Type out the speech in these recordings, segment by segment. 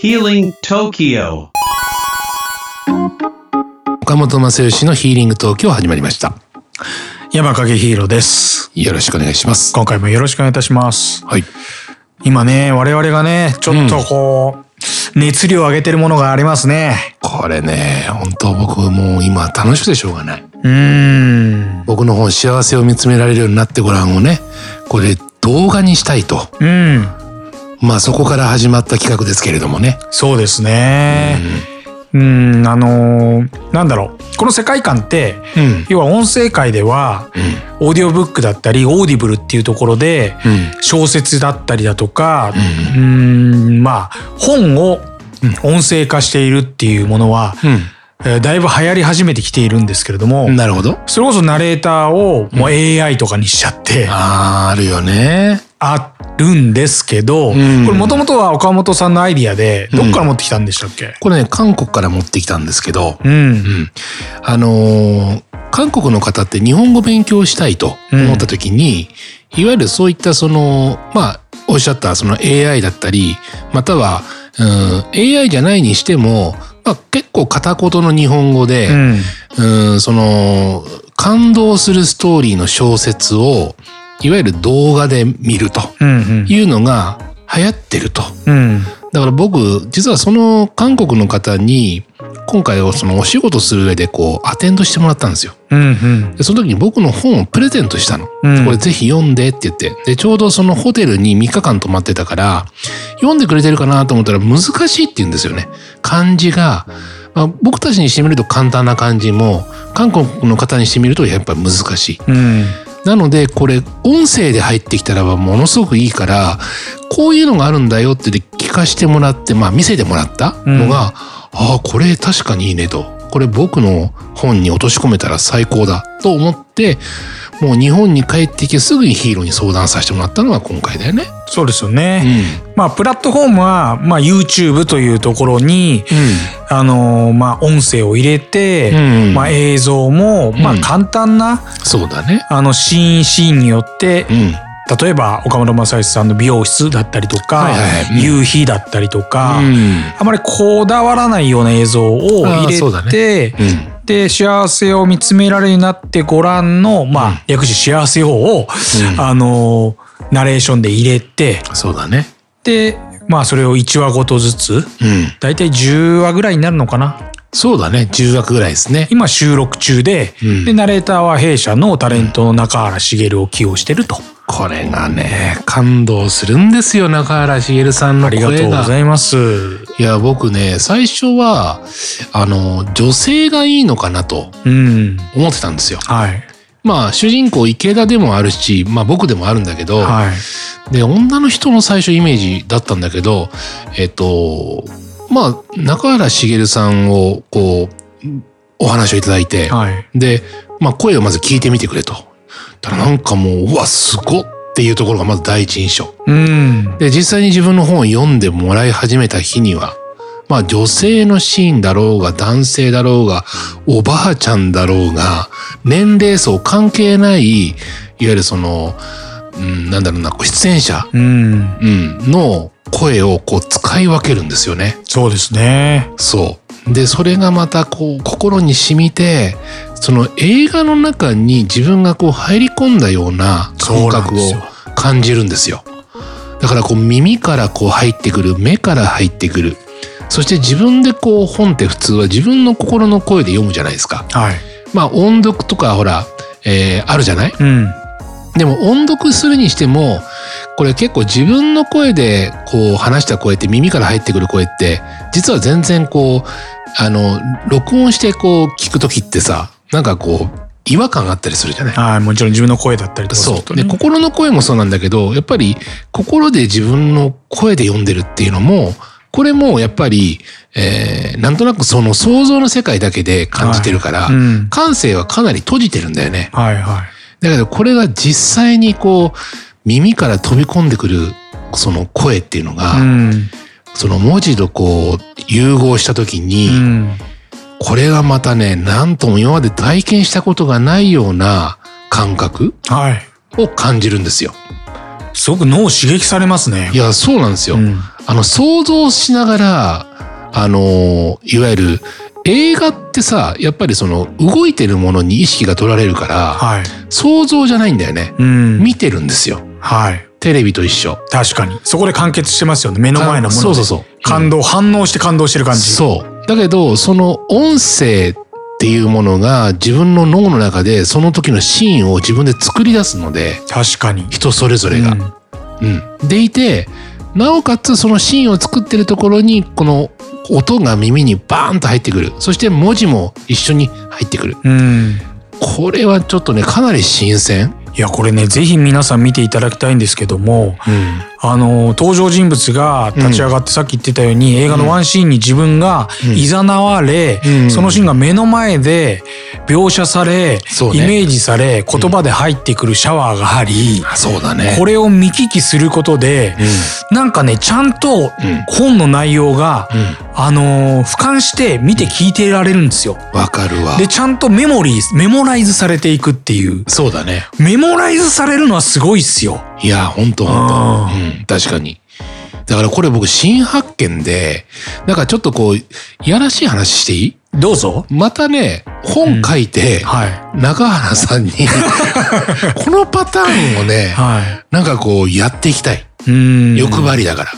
Healing Tokyo. 岡本正義のヒーリング東京始まりました。山影ヒーローです。よろしくお願いします。今回もよろしくお願いいたします。はい。今ね、我々がね、ちょっとこう、熱量を上げてるものがありますね。これね、本当僕もう今楽しくてしょうがない。うーん。僕の方幸せを見つめられるようになってご覧をね、これ動画にしたいと。うん。まあそこから始まった企画ですけれどもね。そうですね。うん、あのーなんだろう。この世界観って、うん。要は音声界では、オーディオブックだったり、オーディブルっていうところで、うん。小説だったりだとか、うーん、まあ、本を音声化しているっていうものは、えーだいぶ流行り始めてきているんですけれども、うん。なるほど。それこそナレーターをもう AI とかにしちゃってあーあるよね。あるんですけど、んこれもともとは岡本さんのアイディアで、どっから持ってきたんでしたっけこれね、韓国から持ってきたんですけど、うん。あのー韓国の方って日本語勉強したいと思った時に、いわゆるそういったその、まあ、おっしゃったその AI だったり、または、うん、AI じゃないにしても、まあ、結構片言の日本語で、うん。うん、その、感動するストーリーの小説を、いわゆる動画で見るとうん。いうのが流行ってると。うん。だから僕、実はその韓国の方に、今回をそのお仕事する上でこう、アテンドしてもらったんですよ。うん。で、その時に僕の本をプレゼントしたの。うんこれぜひ読んでって言って。で、ちょうどそのホテルに3日間泊まってたから、読んでくれてるかなと思ったら難しいって言うんですよね。漢字が、まあ、僕たちにしてみると簡単な漢字も、韓国の方にしてみるとやっぱり難しい。うん。なので、これ、音声で入ってきたらばものすごくいいから、こういうのがあるんだよって言って聞かしてもらって、まあ見せてもらったのが、ああ、これ確かにいいねと。これ僕の本に落とし込めたら最高だと思って、もう日本に帰ってきてすぐにヒーローに相談させてもらったのが今回だよね。そうですうよん。うね。まあ、プラットフォームは、まあ、YouTube というところに、あのーまあ、音声を入れて、ん。うん。まあ、映像も、まうあ、ん簡単な、そうだね。あの、シーン、シーンによってう、ん。例えば岡村正義さんの美容室だったりとか、はいはいうん夕日だったりとか、うん。あまりこだわらないような映像を入あーれそうだて、うん。で幸せを見つめられるようになってご覧の、まあ略して幸せをを、うんあのーナレーションで入れてそうだね。で、まあ、それを1話ごとずつうん。大体10話ぐらいになるのかなそうだね。10枠ぐらいですね。今収録中で,、うんでナレーターは弊社のタレントの中原茂を起用してると。これがね、感動するんですよ、中原茂さんのあり声がとうござが。います。いや、僕ね、最初は、あの、女性がいいのかなとうん。思ってたんですよ。はい。まあ、主人公池田でもあるし、まあ僕でもあるんだけど、はい。で、女の人の最初イメージだったんだけど、えっと、まあ、中原茂さんを、こう、お話をいただいて、はい。で、まあ、声をまず聞いてみてくれと。たらなんかもう、うわ、すごっっていうところがまず第一印象。うん。で、実際に自分の本を読んでもらい始めた日には、まあ女性のシーンだろうが、男性だろうが、おばあちゃんだろうが、年齢層関係ない、いわゆるその、うん、なんだろうな、こう出演者、うん。うん、の声をこう使い分けるんですよね。そうですね。そう。で、それがまたこう心に染みて、その映画の中に自分がこう入り込んだような感覚をそうなんで感じるんですよ。だからこう耳からこう入ってくる、目から入ってくる。そして自分でこう本って普通は自分の心の声で読むじゃないですか。はい。まあ音読とかほら、えーあるじゃないうん。でも音読するにしても、これ結構自分の声でこう話した声って耳から入ってくる声って、実は全然こう、あの、録音してこう聞くときってさ、なんかこう、違和感があったりするじゃないはい。もちろん自分の声だったりとかすそるとう。ね。で、心の声もそうなんだけど、やっぱり心で自分の声で読んでるっていうのも、これもやっぱり、えー、なんとなくその想像の世界だけで感じてるから、うん。感性はかなり閉じてるんだよね。はいはだけどこれが実際にこう耳から飛び込んでくるその声っていうのが、い。うん。その文字とこう融合した時に、うん。これがまたね何とも今まで体験したことがないような感覚はい。を感じるんですよ。すごく脳を刺激されますねい。や、そうなんですよ。うんあの、想像しながら、あの、いわゆる映画ってさ、やっぱりその動いてるものに意識が取られるから、はい。想像じゃないんだよね。うん。見てるんですよ。はい。テレビと一緒。確かに。そこで完結してますよね。目の前のもので。そうそうそう。感動、反応して感動してる感じ。そう。だけど、その音声っていうものが自分の脳の中でその時のシーンを自分で作り出すので、確かに。人それぞれがう。んうん。でいて、なおかつそのシーンを作ってるところに、この音が耳にバーンと入ってくる。そして文字も一緒に入ってくる。うん。これはちょっとね、かなり新鮮。いや、これね、ぜひ皆さん見ていただきたいんですけども、うん。あの、登場人物が立ち上がって、さっき言ってたように、映画のワンシーンに自分がうん誘われ、うんそのシーンが目の前で描写され、そうイねメージされ、言葉で入ってくるシャワーがあり、あそうだね。これを見聞きすることで、うなんかね、ちゃんとん本の内容が、ん。あのー俯瞰して見て聞いてられるんですよ。うん。わかるわ。で、ちゃんとメモリー、メモライズされていくっていう。そうだね。メモライズされるのはすごいっすよ。いや、ほんとほんあと。うん、確かに。だからこれ僕新発見で、なんかちょっとこう、いやらしい話していいどうぞ。またね、本書いて、はい。中原さ んに、このパターンをね、はなんかこうやっていきたい。い。うん。欲張りだから。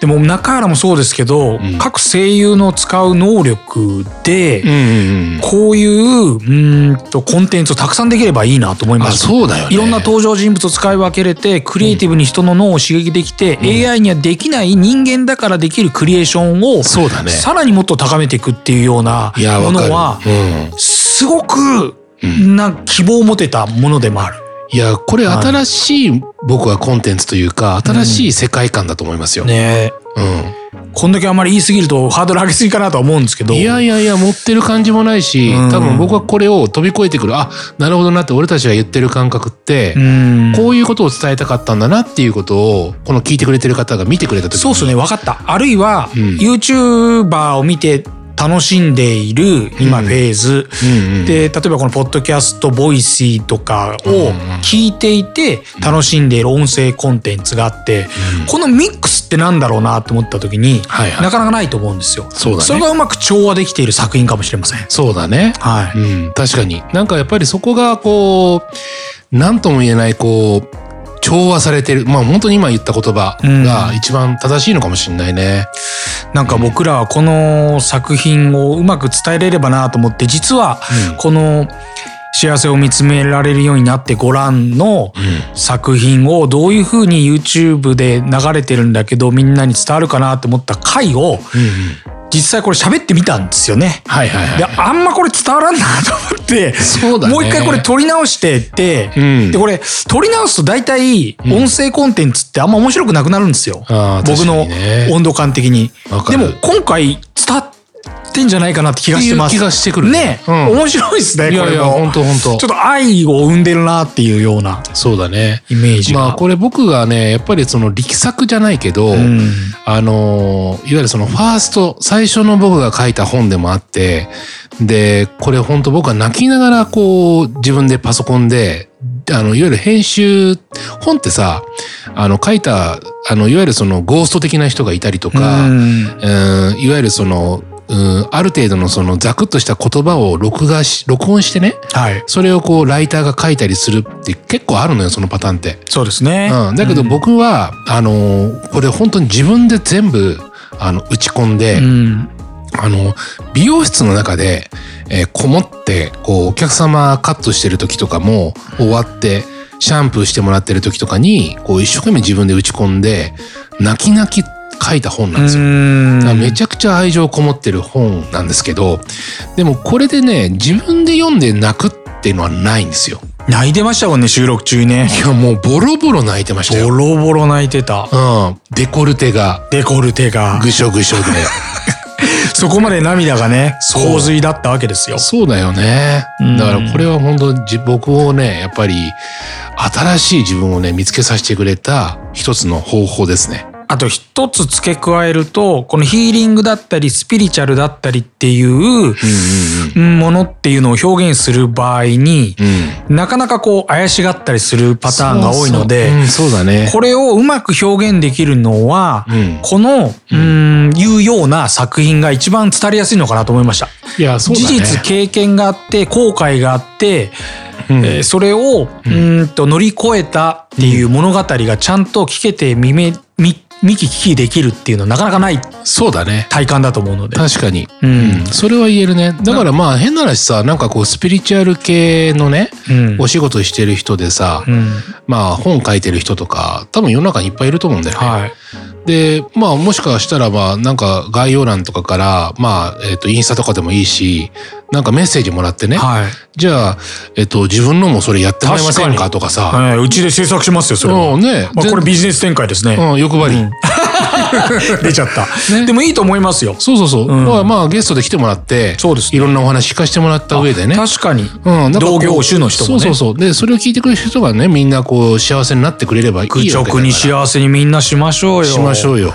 でも中原もそうですけど、ん各声優の使う能力で、んうんうん。こういう、うーんと、コンテンツをたくさんできればいいなと思いまあ、す。そうだよね。いろんな登場人物を使い分けれて、クリエイティブに人の脳を刺激できて、AI にはできない人間だからできるクリエーションを、そうだね。さらにもっと高めていくっていうようないや、もわのかは、る。うん。すごく、うんな、希望を持てたものでもある。いや、これはい新しい、僕はコンテンツというか、新しい世界観だと思いますよ。ねうん。こんだけあんまり言いすぎるとハードル上げすぎかなとは思うんですけど。いやいやいや、持ってる感じもないし、うん多分僕はこれを飛び越えてくる、あ、なるほどなって俺たちが言ってる感覚って、うん。こういうことを伝えたかったんだなっていうことを、この聞いてくれてる方が見てくれた時に。そうっすね、分かった。あるいは、うん YouTuber を見て楽しんでいる今うんフェーズ。うんうん。で、例えばこのポッドキャスト、ボイシーとかうんうをん聞いていて楽しんでいる音声コンテンツがあって、このミックスってなんだろうなって思った時に、はいはいなかなかないと思うんですよ。そうだそれね。がうまく調和できている作品かもしれません。そうだね。はい。うん、確かに。なんかやっぱりそこが、こう、なんとも言えない、こう、調和されてる。まあ本当に今言った言葉が一番正しいのかもしれないね。なんか僕らはこの作品をうまく伝えれればなと思って、実はうんこの幸せを見つめられるようになってご覧のうん作品をどういう風に YouTube で流れてるんだけどみんなに伝わるかなと思った回をうんうん。実際これ喋ってみたんですよね。はいはいで、はあんまこれ伝わらんなと思って、い。そうだね。もう一回これ撮り直してって、うんで、これ撮り直すと大体ん音声コンテンツってあんま面白くなくなるんですよ。あー僕の確かにね温度感的に。わかでるも今回伝わってんじゃないかなって気がってしていうます。気がしてくる。ね、うん面白いですね、いこやいれや、本も。当本ちょ当っと愛を生んでるなっていうようなそうだね。イメージが。まあこれ僕がね、やっぱりその力作じゃないけど、うんあのー、いわゆるそのファースト、最初の僕が書いた本でもあって、で、これ本当僕は泣きながらこう、自分でパソコンで、あの、いわゆる編集、本ってさ、あの、書いた、あの、いわゆるそのゴースト的な人がいたりとか、うんうんいわゆるその、うんある程度のそのザクッとした言葉を録画し、録音してね、はい。それをこうライターが書いたりするって結構あるのよ、そのパターンって。そうですね。うん、だけど僕は、あのーこれ本当に自分で全部、あの、打ち込んで、うん。あの、美容室の中で、えーこもって、こう、お客様カットしてる時とかも、終わって、シャンプーしてもらってる時とかに、こう、一生懸命自分で打ち込んで、泣き泣き書いた本なんですよ。だからめめちゃくちゃ愛情こもってる本なんですけど、でもこれでね、自分で読んで泣くっていうのはないんですよ。泣いてましたもんね、収録中ね。いや、もうボロボロ泣いてましたボよ。ロボロ泣いてた。うん。デコルテがデコルテが。ぐしょぐしょで。そこまで涙がね、う洪水だったわけです よ。そうだよねうん。だからこれは本当じ僕をね、やっぱり新しい自分をね、見つけさせてくれた一つの方法ですね。あと一つ付け加えると、このヒーリングだったり、スピリチュアルだったりっていう、うんものっていうのを表現する場合に、なかなかこう怪しがったりするパターンが多いので、そうそううんそうだね。これをうまく表現できるのは、うんこの、うーん、いうような作品が一番伝わりやすいのかなと思いました。いや、そうだ事ね。実、経験があって、後悔があって、うんえーそれを、うーんと乗り越えたっていう物語がちゃんと聞けて見め、見、見聞きできるっていうのはなかなかないそうだね。体感だと思うので。確かに。うん。それは言えるね。だからまあ変な話さ、なんかこうスピリチュアル系のね、うん。お仕事してる人でさ、うん。まあ本書いてる人とか、多分世の中にいっぱいいると思うんだよね。はい。で、まあもしかしたらまあなんか概要欄とかから、まあえっ、とインスタとかでもいいし、なんかメッセージもらってね、はい。じゃあ、えっ、と自分のもそれやってもらえませんかとかさ、えーうちで制作しますよ、それは。うんね、まあ、全これビジネス展開ですね。うん、欲張り。 出ちゃった。ねでもいいと思いますよ。そうそうそう。うんまあまあゲストで来てもらって、そうですねいろんなお話聞かせてもらった上でね。確かに。うん、なんかこ同う業種の人もそねうそうそう。で、それを聞いてくれる人がね、みんなこう、幸せになってくれればいいわけ愚だから。直に幸せにみんなしましょうよ。しましょうよ。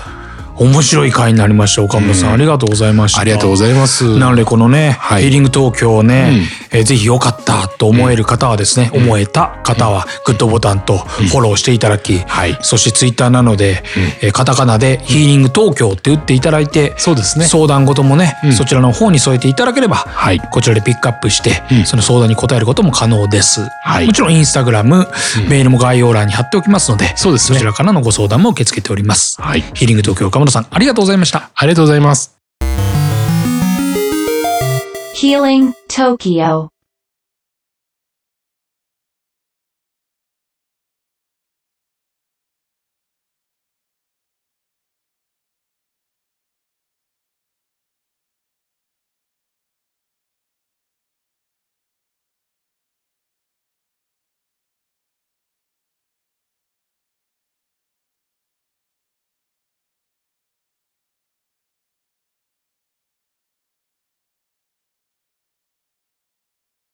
面白い回になりました。岡本さん、ありがとうございました。ありがとうごいざいます。なので、このね、はいヒーリング東京をね、えーぜひ良かったと思える方はですね、思えた方は、グッドボタンとフォローしていただき、はいそしてツイッターなので、えーカタカナでヒーリング東京って打っていただいて、そうですね。相談事もね、んそちらの方に添えていただければ、はいこちらでピックアップして、うんその相談に答えることも可能です。はいもちろんインスタグラム、メールも概要欄に貼っておきますので、そうですねそちらからのご相談も受け付けております。はい。ヒーリング東京岡本さん、ありがとうございました。ありがとうございます。 Healing Tokyo.